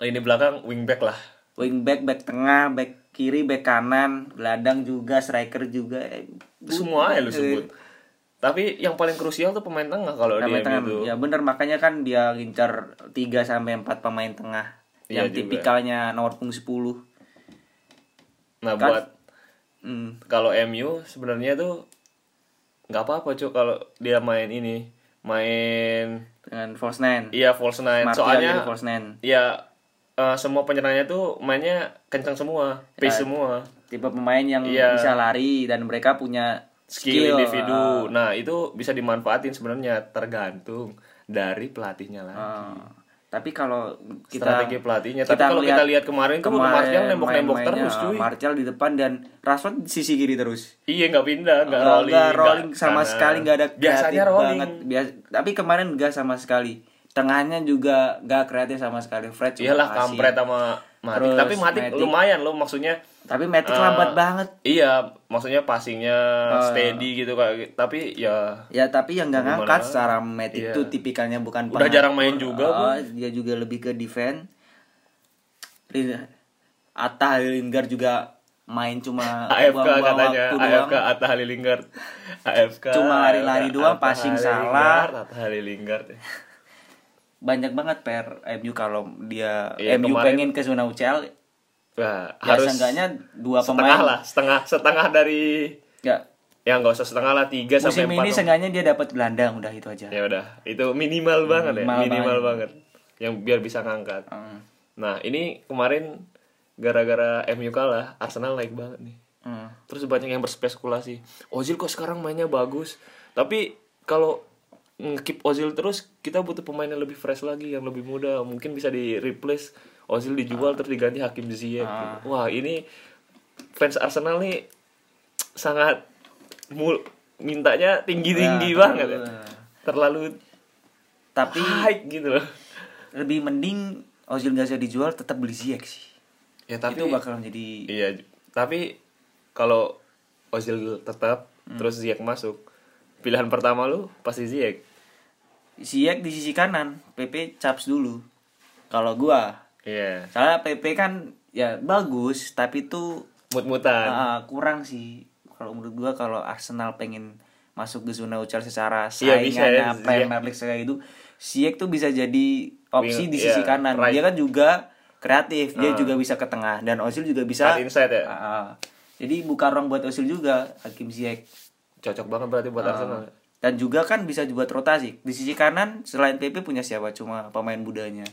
Speaker 1: ini belakang wingback lah
Speaker 2: wing back back tengah back kiri back kanan gelandang juga striker juga eh, butuh.
Speaker 1: semua ya lu
Speaker 2: Eh,
Speaker 1: sebut tapi yang paling krusial tuh pemain tengah kalau gitu. di
Speaker 2: pemain
Speaker 1: MU
Speaker 2: tengah
Speaker 1: tuh
Speaker 2: ya bener makanya kan dia ngincar 3 sampai 4 pemain tengah yang
Speaker 1: Iya juga.
Speaker 2: tipikalnya nomor punggung 10
Speaker 1: nah
Speaker 2: kan-
Speaker 1: buat
Speaker 2: Hmm,
Speaker 1: kalau MU sebenarnya tuh nggak apa-apa cuy kalau dia main ini main
Speaker 2: dengan false nine
Speaker 1: iya false nine
Speaker 2: Martial gitu,
Speaker 1: soalnya
Speaker 2: jadi false nine
Speaker 1: ya eh, semua penyerangnya tuh mainnya kencang semua pace
Speaker 2: Ya,
Speaker 1: semua
Speaker 2: tipe pemain yang
Speaker 1: Iya.
Speaker 2: bisa lari dan mereka punya Skill, ah.
Speaker 1: skill, individu. Nah, itu bisa dimanfaatin sebenarnya tergantung dari pelatihnya lah.
Speaker 2: Ah, tapi kalau kita
Speaker 1: Strategi pelatihnya. Tapi kalau kita lihat kemarin tuh Martial nembok-nembok
Speaker 2: main-mainnya,
Speaker 1: terus, cuy.
Speaker 2: Martial di depan dan Rashford di sisi kiri terus.
Speaker 1: Iya, nggak pindah, nggak
Speaker 2: Nggak-
Speaker 1: rolling,
Speaker 2: nggak rolling
Speaker 1: nggak
Speaker 2: sama
Speaker 1: kanan.
Speaker 2: sekali nggak ada kreatif
Speaker 1: Biasanya rolling.
Speaker 2: banget. Bias- tapi kemarin nggak sama sekali. Tengahnya juga nggak kreatif sama sekali. Fred cuma
Speaker 1: Iyalah
Speaker 2: passing.
Speaker 1: kampret sama
Speaker 2: Terus
Speaker 1: Matic, tapi Matic,
Speaker 2: Matic.
Speaker 1: lumayan loh maksudnya.
Speaker 2: Tapi Matic
Speaker 1: eh,
Speaker 2: lambat banget.
Speaker 1: Iya, maksudnya passingnya
Speaker 2: Oh, iya.
Speaker 1: steady gitu kayak tapi ya
Speaker 2: Ya tapi yang nggak
Speaker 1: Gimana?
Speaker 2: ngangkat secara Matic
Speaker 1: Iya.
Speaker 2: itu tipikalnya bukan
Speaker 1: Udah jarang main juga,
Speaker 2: Eh, dia juga lebih ke defense. Lin- Atta Lingard juga main
Speaker 1: (laughs)
Speaker 2: cuma Nah,
Speaker 1: AFK
Speaker 2: buang-buang
Speaker 1: katanya,
Speaker 2: waktu doang.
Speaker 1: AFK Atta Halilinggard. AFK.
Speaker 2: Cuma lari-lari doang,
Speaker 1: Atta
Speaker 2: passing
Speaker 1: Halilinggard,
Speaker 2: salah.
Speaker 1: Atta Halilinggard.
Speaker 2: Banyak banget per MU kalau dia
Speaker 1: Iya,
Speaker 2: MU
Speaker 1: kemarin-
Speaker 2: pengen ke zona UCL
Speaker 1: Wah,
Speaker 2: ya
Speaker 1: Nah, harus
Speaker 2: seenggaknya dua
Speaker 1: setengah
Speaker 2: pemain.
Speaker 1: lah, setengah setengah dari
Speaker 2: Ya,
Speaker 1: ya nggak usah setengah lah, 3
Speaker 2: musim
Speaker 1: sampai 4.
Speaker 2: ini seenggaknya dia dapat gelandang udah itu aja.
Speaker 1: Ya udah, itu minimal banget ya,
Speaker 2: Minimal
Speaker 1: minimal banget. Yang biar bisa ngangkat.
Speaker 2: Hmm.
Speaker 1: Nah, ini kemarin gara-gara MU kalah, Arsenal naik banget nih.
Speaker 2: Hmm.
Speaker 1: Terus banyak yang berspekulasi, Ozil kok sekarang mainnya bagus. Tapi kalau nge-keep Ozil terus, kita butuh pemain yang lebih fresh lagi, yang lebih muda. Mungkin bisa di-replace Ozil dijual terus diganti Hakim Ziyech. gitu.
Speaker 2: Ah.
Speaker 1: Wah, ini fans Arsenal nih sangat mul mintanya tinggi-tinggi
Speaker 2: Ya,
Speaker 1: banget ya.
Speaker 2: betul.
Speaker 1: Terlalu
Speaker 2: Tapi
Speaker 1: high gitu loh.
Speaker 2: lebih mending Ozil nggak usah dijual tetap beli Ziyech sih.
Speaker 1: Ya
Speaker 2: itu bakal menjadi
Speaker 1: Iya, j- tapi kalau Ozil tetap terus Ziyech masuk, pilihan pertama lu pasti Ziyech.
Speaker 2: Ziyech di sisi kanan, PP caps dulu. Kalau gua,
Speaker 1: Iya.
Speaker 2: soalnya PP kan ya bagus tapi itu
Speaker 1: Mut-mutan.
Speaker 2: ah, kurang sih. Kalau menurut gua kalau Arsenal pengen masuk ke zona UCL secara
Speaker 1: Iya, bisa
Speaker 2: saingannya
Speaker 1: ya, Ziyech.
Speaker 2: Premier League kayak itu, Ziyech tuh bisa jadi opsi
Speaker 1: Wing-
Speaker 2: di sisi
Speaker 1: iya,
Speaker 2: kanan.
Speaker 1: right.
Speaker 2: Dia kan juga kreatif, dia juga bisa ke tengah dan Ozil juga bisa
Speaker 1: Cut inside ya?
Speaker 2: Ah, ah. jadi buka ruang buat Ozil juga Hakim Ziyech.
Speaker 1: Cocok banget berarti buat
Speaker 2: Ah.
Speaker 1: Arsenal.
Speaker 2: Dan juga kan bisa dibuat rotasi. Di sisi kanan selain PP punya siapa? Cuma pemain mudanya.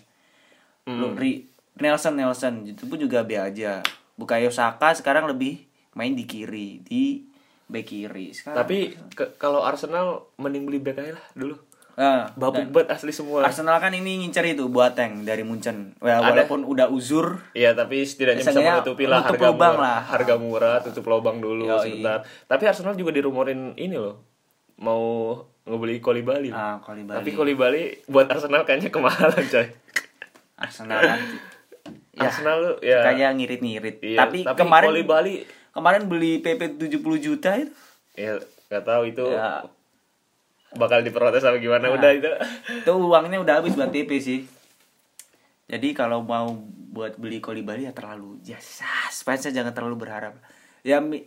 Speaker 2: Lu-
Speaker 1: Hmm.
Speaker 2: Ri- Nelson Nelson itu pun juga B aja. Bukayo Saka sekarang lebih main di kiri, di back kiri. Sekarang.
Speaker 1: Tapi ke- kalau Arsenal mending beli back aja lah dulu.
Speaker 2: Ah,
Speaker 1: Babuk
Speaker 2: dan
Speaker 1: banget asli semua.
Speaker 2: Arsenal kan ini ngincer itu Boateng dari Munchen. Wah,
Speaker 1: Ada.
Speaker 2: walaupun udah uzur
Speaker 1: Iya, tapi setidaknya bisa
Speaker 2: Seenggaknya
Speaker 1: menutupi lah
Speaker 2: nutup
Speaker 1: harga
Speaker 2: lubang
Speaker 1: murah.
Speaker 2: lah.
Speaker 1: Harga murah, tutup lubang dulu
Speaker 2: Yoi.
Speaker 1: sebentar. Tapi Arsenal juga dirumorin ini loh. Mau ngebeli Kolibali.
Speaker 2: Ah, Koulibaly.
Speaker 1: Tapi Kolibali buat Arsenal kayaknya kemahalan, coy.
Speaker 2: Arsenal kan ya,
Speaker 1: (laughs) Arsenal lu, ya.
Speaker 2: kayak ngirit-ngirit.
Speaker 1: Iya,
Speaker 2: tapi,
Speaker 1: tapi
Speaker 2: kemarin
Speaker 1: voli Bali
Speaker 2: kemarin beli PP 70 juta itu
Speaker 1: ya nggak tahu itu
Speaker 2: ya,
Speaker 1: bakal diprotes apa gimana udah itu.
Speaker 2: itu uangnya udah habis buat PP sih jadi kalau mau buat beli Kolibali ya terlalu jasa fansnya jangan terlalu berharap ya mi-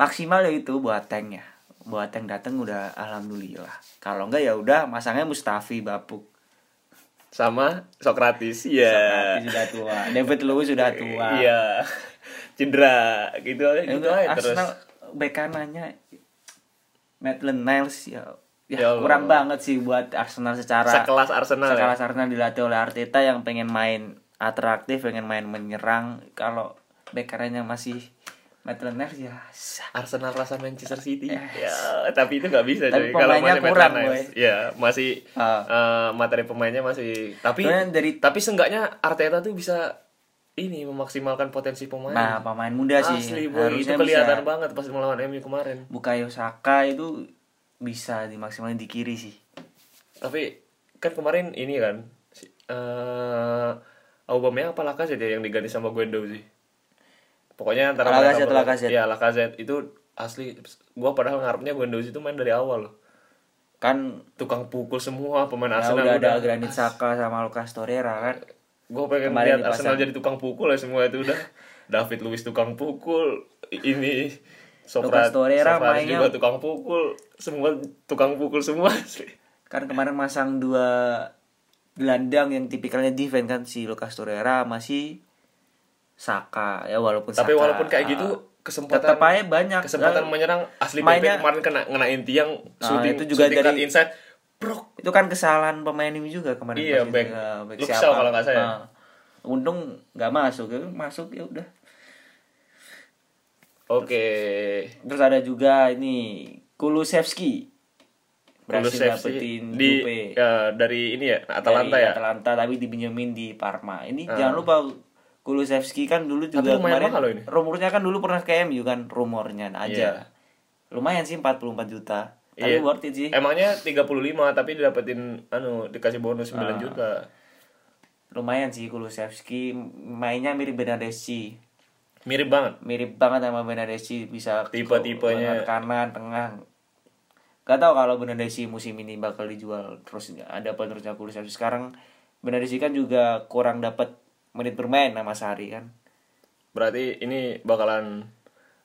Speaker 2: maksimal ya itu buat tanknya buat tank dateng udah alhamdulillah kalau enggak ya udah masangnya Mustafi Bapuk
Speaker 1: Sama Sokratis ya.
Speaker 2: Sokratis sudah tua David Luiz sudah tua
Speaker 1: Iya. Cedera gitu aja
Speaker 2: Ya
Speaker 1: gitu
Speaker 2: udah,
Speaker 1: aja terus.
Speaker 2: Arsenal bek kanannya Maitland Niles ya ya,
Speaker 1: Ya Allah.
Speaker 2: kurang banget sih buat Arsenal secara
Speaker 1: Sekelas Arsenal ya?
Speaker 2: sekelas Arsenal dilatih oleh Arteta yang pengen main atraktif pengen main menyerang kalau bek kanannya masih Maitland Niles ya sa-
Speaker 1: Arsenal rasa Manchester City. Ya, tapi itu nggak
Speaker 2: Eh.
Speaker 1: bisa
Speaker 2: Tapi
Speaker 1: coy. Kalau
Speaker 2: pemainnya
Speaker 1: masih Maitland
Speaker 2: kurang, Boy.
Speaker 1: Niles. Ya, masih
Speaker 2: Ah.
Speaker 1: eh, materi pemainnya masih tapi
Speaker 2: Soalnya dari-
Speaker 1: tapi seenggaknya Arteta tuh bisa ini memaksimalkan potensi pemain.
Speaker 2: nah pemain muda sih
Speaker 1: Hmm. Asli, boy. Itu
Speaker 2: harusnya
Speaker 1: kelihatan
Speaker 2: bisa
Speaker 1: banget pas melawan MU kemarin.
Speaker 2: Bukayo Saka itu bisa dimaksimalin di kiri sih
Speaker 1: Tapi kan kemarin ini kan si- eh Aubameyang apa Lacazette ya yang diganti sama Guendo sih. Pokoknya antara
Speaker 2: Lacazette,
Speaker 1: mereka berdua-
Speaker 2: Lacazette.
Speaker 1: Iya, Lacazette itu asli gua padahal ngarepnya Guendo itu main dari awal loh.
Speaker 2: kan
Speaker 1: Tukang pukul semua pemain
Speaker 2: ya udah
Speaker 1: Arsenal
Speaker 2: ada Granit Saka sama Lucas Torreira kan
Speaker 1: Gue pengen
Speaker 2: Kemarin
Speaker 1: lihat
Speaker 2: dipasang.
Speaker 1: Arsenal jadi tukang pukul ya semua itu
Speaker 2: (laughs)
Speaker 1: udah. David Luiz tukang pukul, ini Sokrat,
Speaker 2: Lucas Torreira
Speaker 1: Sokratis
Speaker 2: mainnya-
Speaker 1: juga tukang pukul, semua tukang pukul semua asli.
Speaker 2: kan kemarin masang dua gelandang yang tipikalnya defense kan si Lucas Torreira masih Saka ya walaupun
Speaker 1: Tapi
Speaker 2: Saka,
Speaker 1: walaupun kayak
Speaker 2: ah,
Speaker 1: gitu kesempatan
Speaker 2: tetap aja banyak
Speaker 1: kesempatan
Speaker 2: Kan
Speaker 1: menyerang asli
Speaker 2: mainnya-
Speaker 1: PP kemarin kena ngenain tiang
Speaker 2: Nah,
Speaker 1: shooting
Speaker 2: itu juga
Speaker 1: shooting
Speaker 2: dari-
Speaker 1: cut inside brok
Speaker 2: itu kan kesalahan pemain ini juga kemarin
Speaker 1: Iya,
Speaker 2: masih,
Speaker 1: back-
Speaker 2: eh, back
Speaker 1: Luxau
Speaker 2: siapa.
Speaker 1: kalau nggak saya.
Speaker 2: ya Ah, untung nggak masuk ya masuk ya udah
Speaker 1: Oke.
Speaker 2: Terus ada juga ini Kulusevski berhasil
Speaker 1: Kulusevski
Speaker 2: dapetin
Speaker 1: di
Speaker 2: Juve
Speaker 1: eh, dari ini ya Atalanta
Speaker 2: dari Iya,
Speaker 1: ya. Ah.
Speaker 2: Atalanta tapi dibinjemin di Parma. Ini jangan lupa Kulusevski kan dulu
Speaker 1: Tapi
Speaker 2: juga
Speaker 1: lumayan
Speaker 2: kemarin
Speaker 1: mahal loh ini.
Speaker 2: rumornya kan dulu pernah ke MU kan rumornya aja. Lumayan sih 44 juta. Tapi
Speaker 1: Iya.
Speaker 2: worth it sih.
Speaker 1: Emangnya 35 tapi didapetin anu dikasih bonus 9
Speaker 2: Ah.
Speaker 1: juta.
Speaker 2: Lumayan sih Kulusevski mainnya mirip Bernadeschi.
Speaker 1: Mirip banget.
Speaker 2: mirip banget sama Benadesi bisa ke- lengan
Speaker 1: Tipe-tipenya.
Speaker 2: kanan tengah gak tau kalau Benadesi musim ini bakal dijual terus ada penerusnya kulisnya sekarang Benadesi kan juga kurang dapat menit bermain sama Sari kan
Speaker 1: Berarti ini bakalan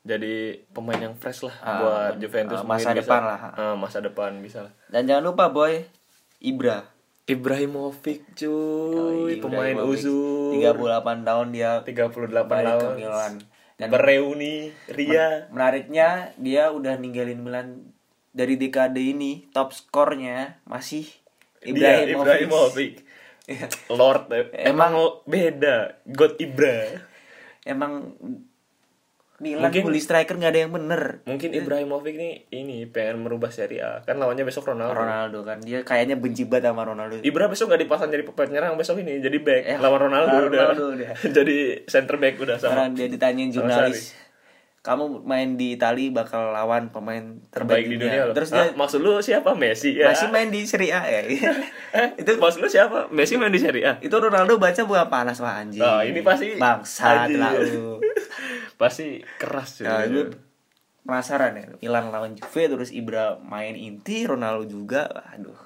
Speaker 1: jadi pemain yang fresh lah
Speaker 2: Ah,
Speaker 1: buat Juventus
Speaker 2: ah, masa
Speaker 1: mungkin bisa.
Speaker 2: depan lah.
Speaker 1: Ah, masa depan bisa lah.
Speaker 2: dan jangan lupa boy Ibra
Speaker 1: Ibrahimovic cuy,
Speaker 2: Yoi,
Speaker 1: pemain
Speaker 2: Ibrahimovic.
Speaker 1: uzur
Speaker 2: 38 tahun dia
Speaker 1: 38
Speaker 2: balik ke
Speaker 1: tahun. Iya.
Speaker 2: Milan dan
Speaker 1: Bereuni Ria.
Speaker 2: menariknya dia udah ninggalin Milan dari dekade ini top skornya masih
Speaker 1: Dia,
Speaker 2: Ibrahimovic,
Speaker 1: Ibrahimovic. Lord eh, emang lo- beda God Ibra.
Speaker 2: emang Milan
Speaker 1: Mungkin-
Speaker 2: beli striker nggak ada yang bener
Speaker 1: Mungkin Ibrahimovic nih ini pengen merubah Serie A. Kan lawannya besok Ronaldo.
Speaker 2: Ronaldo kan dia kayaknya benci banget sama Ronaldo
Speaker 1: Ibra besok gak dipasang jadi pemain nyerang besok ini jadi back
Speaker 2: Eh,
Speaker 1: lawan Ronaldo,
Speaker 2: lawan
Speaker 1: udah.
Speaker 2: Ronaldo udah.
Speaker 1: (laughs) jadi center back udah sama.
Speaker 2: sekarang dia ditanyain
Speaker 1: sama
Speaker 2: jurnalis kamu main di Itali bakal lawan pemain
Speaker 1: terbaik di dunia loh. Ah,
Speaker 2: terus dia
Speaker 1: Hah? maksud lu siapa Messi ya?
Speaker 2: masih main di Serie A ya
Speaker 1: itu maksud lu siapa? Messi main di Serie A.
Speaker 2: (laughs) itu Ronaldo baca bukan panas wah anjing
Speaker 1: Nah, ini pasti
Speaker 2: bangsa
Speaker 1: Anjing.
Speaker 2: lah lu
Speaker 1: (laughs) pasti keras cuy.
Speaker 2: Nah, lu penasaran ya Milan lawan Juve terus Ibra main inti Ronaldo juga aduh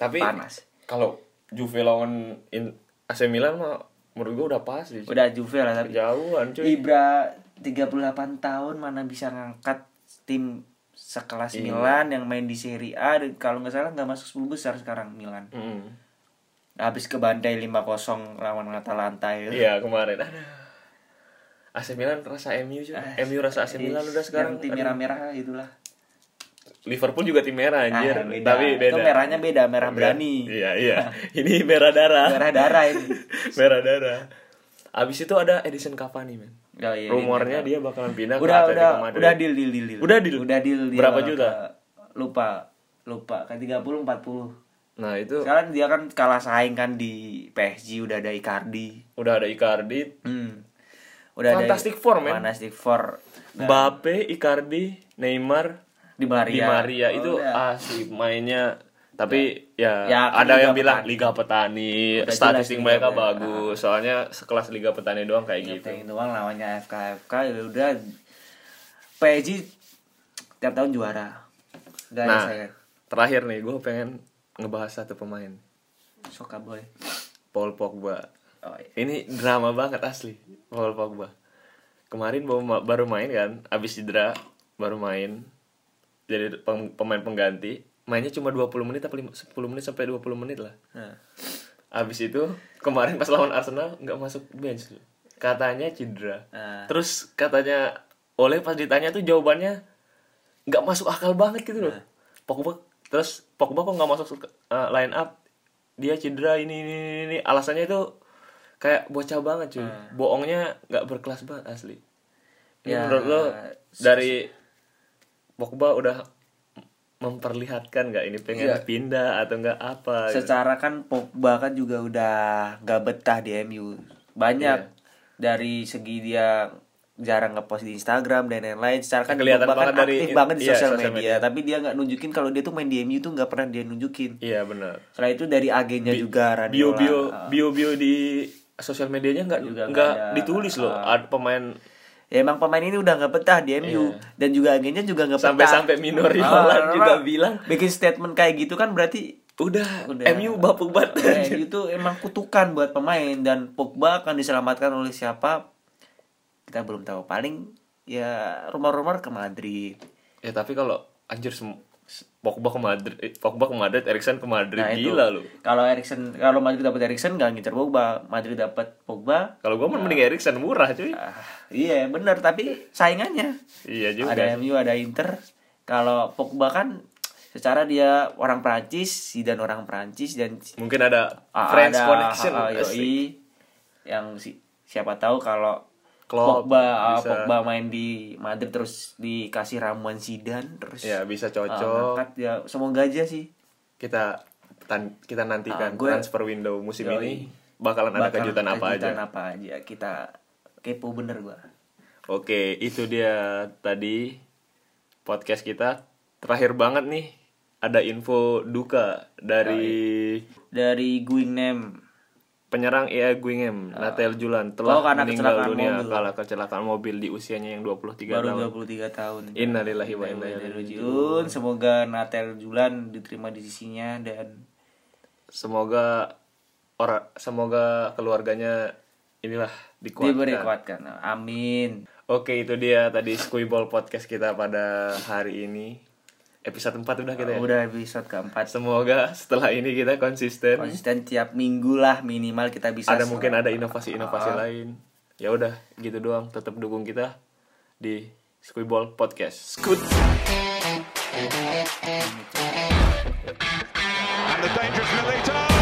Speaker 1: Tapi
Speaker 2: panas
Speaker 1: kalau Juve lawan In- AC Milan mah menurut gua udah pasti. cuy.
Speaker 2: udah Juve lah tapi
Speaker 1: Jauhan cuy.
Speaker 2: Ibra 38 tahun mana bisa ngangkat tim sekelas
Speaker 1: Iya.
Speaker 2: Milan yang main di Serie A dan kalau nggak salah nggak masuk 10 besar sekarang Milan.
Speaker 1: Mm.
Speaker 2: Habis ke bantai 5-0 lawan Atalanta ya. itu.
Speaker 1: Iya kemarin. Aduh. AC Milan rasa MU cuy.
Speaker 2: Ah, Eh,
Speaker 1: MU rasa
Speaker 2: iya.
Speaker 1: AC Milan udah sekarang.
Speaker 2: tim
Speaker 1: Aduh.
Speaker 2: merah-merah itulah.
Speaker 1: Liverpool juga tim merah
Speaker 2: Nah,
Speaker 1: anjir.
Speaker 2: beda.
Speaker 1: Tapi
Speaker 2: Itu
Speaker 1: beda.
Speaker 2: merahnya beda, merah berani.
Speaker 1: Iya, iya. (laughs) Ini merah darah.
Speaker 2: Merah darah ini.
Speaker 1: (laughs) merah darah. Abis itu ada Edison Cavani, men.
Speaker 2: Oh, iya,
Speaker 1: Rumornya
Speaker 2: ini
Speaker 1: dia bakalan pindah
Speaker 2: udah
Speaker 1: ke
Speaker 2: udah
Speaker 1: Atletico Madrid.
Speaker 2: udah deal deal deal. deal.
Speaker 1: Udah deal?
Speaker 2: Udah deal. dia
Speaker 1: Berapa
Speaker 2: bakal
Speaker 1: juta?
Speaker 2: ke- lupa lupa kan 30 40.
Speaker 1: Nah, itu
Speaker 2: Sekarang dia kan kalah saing kan di PSG udah ada Icardi.
Speaker 1: udah ada Icardi,
Speaker 2: Hmm. Udah
Speaker 1: Fantastic
Speaker 2: ada,
Speaker 1: Four, men.
Speaker 2: Fantastic Four.
Speaker 1: Mbappe, Icardi, Neymar,
Speaker 2: Di Maria.
Speaker 1: Di Maria
Speaker 2: Oh,
Speaker 1: itu
Speaker 2: udah.
Speaker 1: asik mainnya. Tapi ya,
Speaker 2: Ya, kan
Speaker 1: ada
Speaker 2: Liga
Speaker 1: yang bilang
Speaker 2: Petani.
Speaker 1: Liga Petani,
Speaker 2: Udah
Speaker 1: statistik
Speaker 2: jelas
Speaker 1: mereka
Speaker 2: Liga Petani. Iya,
Speaker 1: bagus. Soalnya sekelas Liga Petani doang kayak gitu.
Speaker 2: Yang doang lawannya FK FK ya udah PSG tiap tahun juara. Gak ada
Speaker 1: Nah,
Speaker 2: saya.
Speaker 1: terakhir nih gue pengen ngebahas satu pemain,
Speaker 2: Soka boy.
Speaker 1: Paul Pogba.
Speaker 2: Oh, iya.
Speaker 1: Ini drama banget asli Paul Pogba. Kemarin baru ma- baru main kan, abis cedera baru main. Jadi pem- pemain pengganti, mainnya cuma 20 menit atau 10 menit sampai 20 menit lah.
Speaker 2: Nah,
Speaker 1: Abis itu kemarin pas lawan Arsenal nggak masuk bench tuh. Katanya cedera.
Speaker 2: Ah.
Speaker 1: Terus katanya oleh pas ditanya tuh jawabannya nggak masuk akal banget
Speaker 2: Ah.
Speaker 1: gitu loh. Pogba terus Pogba kok nggak masuk eh, line up? Dia cedera ini ini ini, ini. alasannya itu kayak bocah banget cuy. Bohongnya nggak berkelas banget asli.
Speaker 2: Ah.
Speaker 1: Ini
Speaker 2: Ya,
Speaker 1: menurut lo
Speaker 2: s-
Speaker 1: dari Pogba udah memperlihatkan nggak ini pengen
Speaker 2: Iya.
Speaker 1: pindah atau nggak apa? gitu?
Speaker 2: secara kan Pogba kan juga udah gak betah di MU. Banyak
Speaker 1: Iya.
Speaker 2: dari segi dia jarang ngepost di Instagram dan lain-lain. Secara kan
Speaker 1: Kelihatan
Speaker 2: Pogba
Speaker 1: banget dari-
Speaker 2: aktif banget di
Speaker 1: iya,
Speaker 2: sosial
Speaker 1: sosial
Speaker 2: media,
Speaker 1: media.
Speaker 2: tapi dia nggak nunjukin kalau dia tuh main di MU tuh nggak pernah dia nunjukin.
Speaker 1: Iya benar.
Speaker 2: Setelah itu dari agennya juga Radiola.
Speaker 1: bio bio
Speaker 2: Ah.
Speaker 1: bio bio di sosial medianya nggak
Speaker 2: Juga
Speaker 1: nggak
Speaker 2: nggak ada. Ah.
Speaker 1: ditulis loh ada pemain
Speaker 2: Ya, emang pemain ini udah nggak betah di MU dan juga agennya juga nggak betah.
Speaker 1: Iya. sampai sampai minor
Speaker 2: Ah,
Speaker 1: Yolan
Speaker 2: karena
Speaker 1: juga bilang
Speaker 2: bikin statement kayak gitu kan berarti
Speaker 1: (laughs) udah,
Speaker 2: Udah.
Speaker 1: MU bapuk
Speaker 2: Eh,
Speaker 1: banget
Speaker 2: itu emang kutukan buat pemain dan Pogba akan diselamatkan oleh siapa kita belum tahu paling ya rumor-rumor ke Madrid
Speaker 1: (laughs) ya tapi kalau anjir sem- Pogba ke Madrid eh, Pogba ke Madrid Erikson ke Madrid
Speaker 2: Nah, itu.
Speaker 1: gila loh
Speaker 2: kalau Erikson kalau Madrid dapat Erikson nggak ngincer Pogba Madrid dapat Pogba
Speaker 1: kalau gue mending Erikson murah cuy
Speaker 2: ah, iya bener tapi saingannya
Speaker 1: iya juga
Speaker 2: ada MU ada Inter kalau Pogba kan secara dia orang Prancis dan orang Prancis dan
Speaker 1: mungkin ada
Speaker 2: Ah,
Speaker 1: French
Speaker 2: ada,
Speaker 1: connection
Speaker 2: ah, ah,
Speaker 1: asik.
Speaker 2: yoi. yang si, siapa tahu kalau
Speaker 1: Klopp,
Speaker 2: Pogba, ah,
Speaker 1: bisa.
Speaker 2: Pogba main di Madrid terus dikasih ramuan Zidane terus
Speaker 1: Ya, bisa cocok.
Speaker 2: ah, ngangkat. ya semoga aja sih
Speaker 1: kita tan- kita
Speaker 2: Ah,
Speaker 1: nantikan
Speaker 2: gue-
Speaker 1: transfer window musim
Speaker 2: Yoi.
Speaker 1: ini bakalan ada
Speaker 2: Bakal
Speaker 1: kejutan apa aja.
Speaker 2: kejutan apa aja kita kepo bener gua
Speaker 1: Oke, itu dia tadi podcast kita. Terakhir banget nih ada info duka dari
Speaker 2: dari Going Name
Speaker 1: penyerang E EA Guingham, Natel Julan telah
Speaker 2: Oh, karena
Speaker 1: meninggal
Speaker 2: kecelakaan
Speaker 1: dunia
Speaker 2: mobil.
Speaker 1: kala kecelakaan mobil di usianya yang 23 tahun.
Speaker 2: baru 23 tahun
Speaker 1: Innalillahi wa inna ilaihi
Speaker 2: Jun, semoga Natel Julan diterima di sisinya dan
Speaker 1: Semoga ora semoga keluarganya inilah
Speaker 2: diberi
Speaker 1: dikuatkan.
Speaker 2: kuatkan. Amin.
Speaker 1: Oke, itu dia tadi Squibble podcast kita pada hari ini. Episode 4 udah kita ya.
Speaker 2: Udah episode keempat.
Speaker 1: Semoga setelah ini kita konsisten.
Speaker 2: Konsisten tiap minggu lah minimal kita bisa.
Speaker 1: ada mungkin ada inovasi-inovasi lain. Ya udah, gitu doang. Tetap dukung kita di Squibble Podcast. Squid.
Speaker 3: And the dangerous Milito.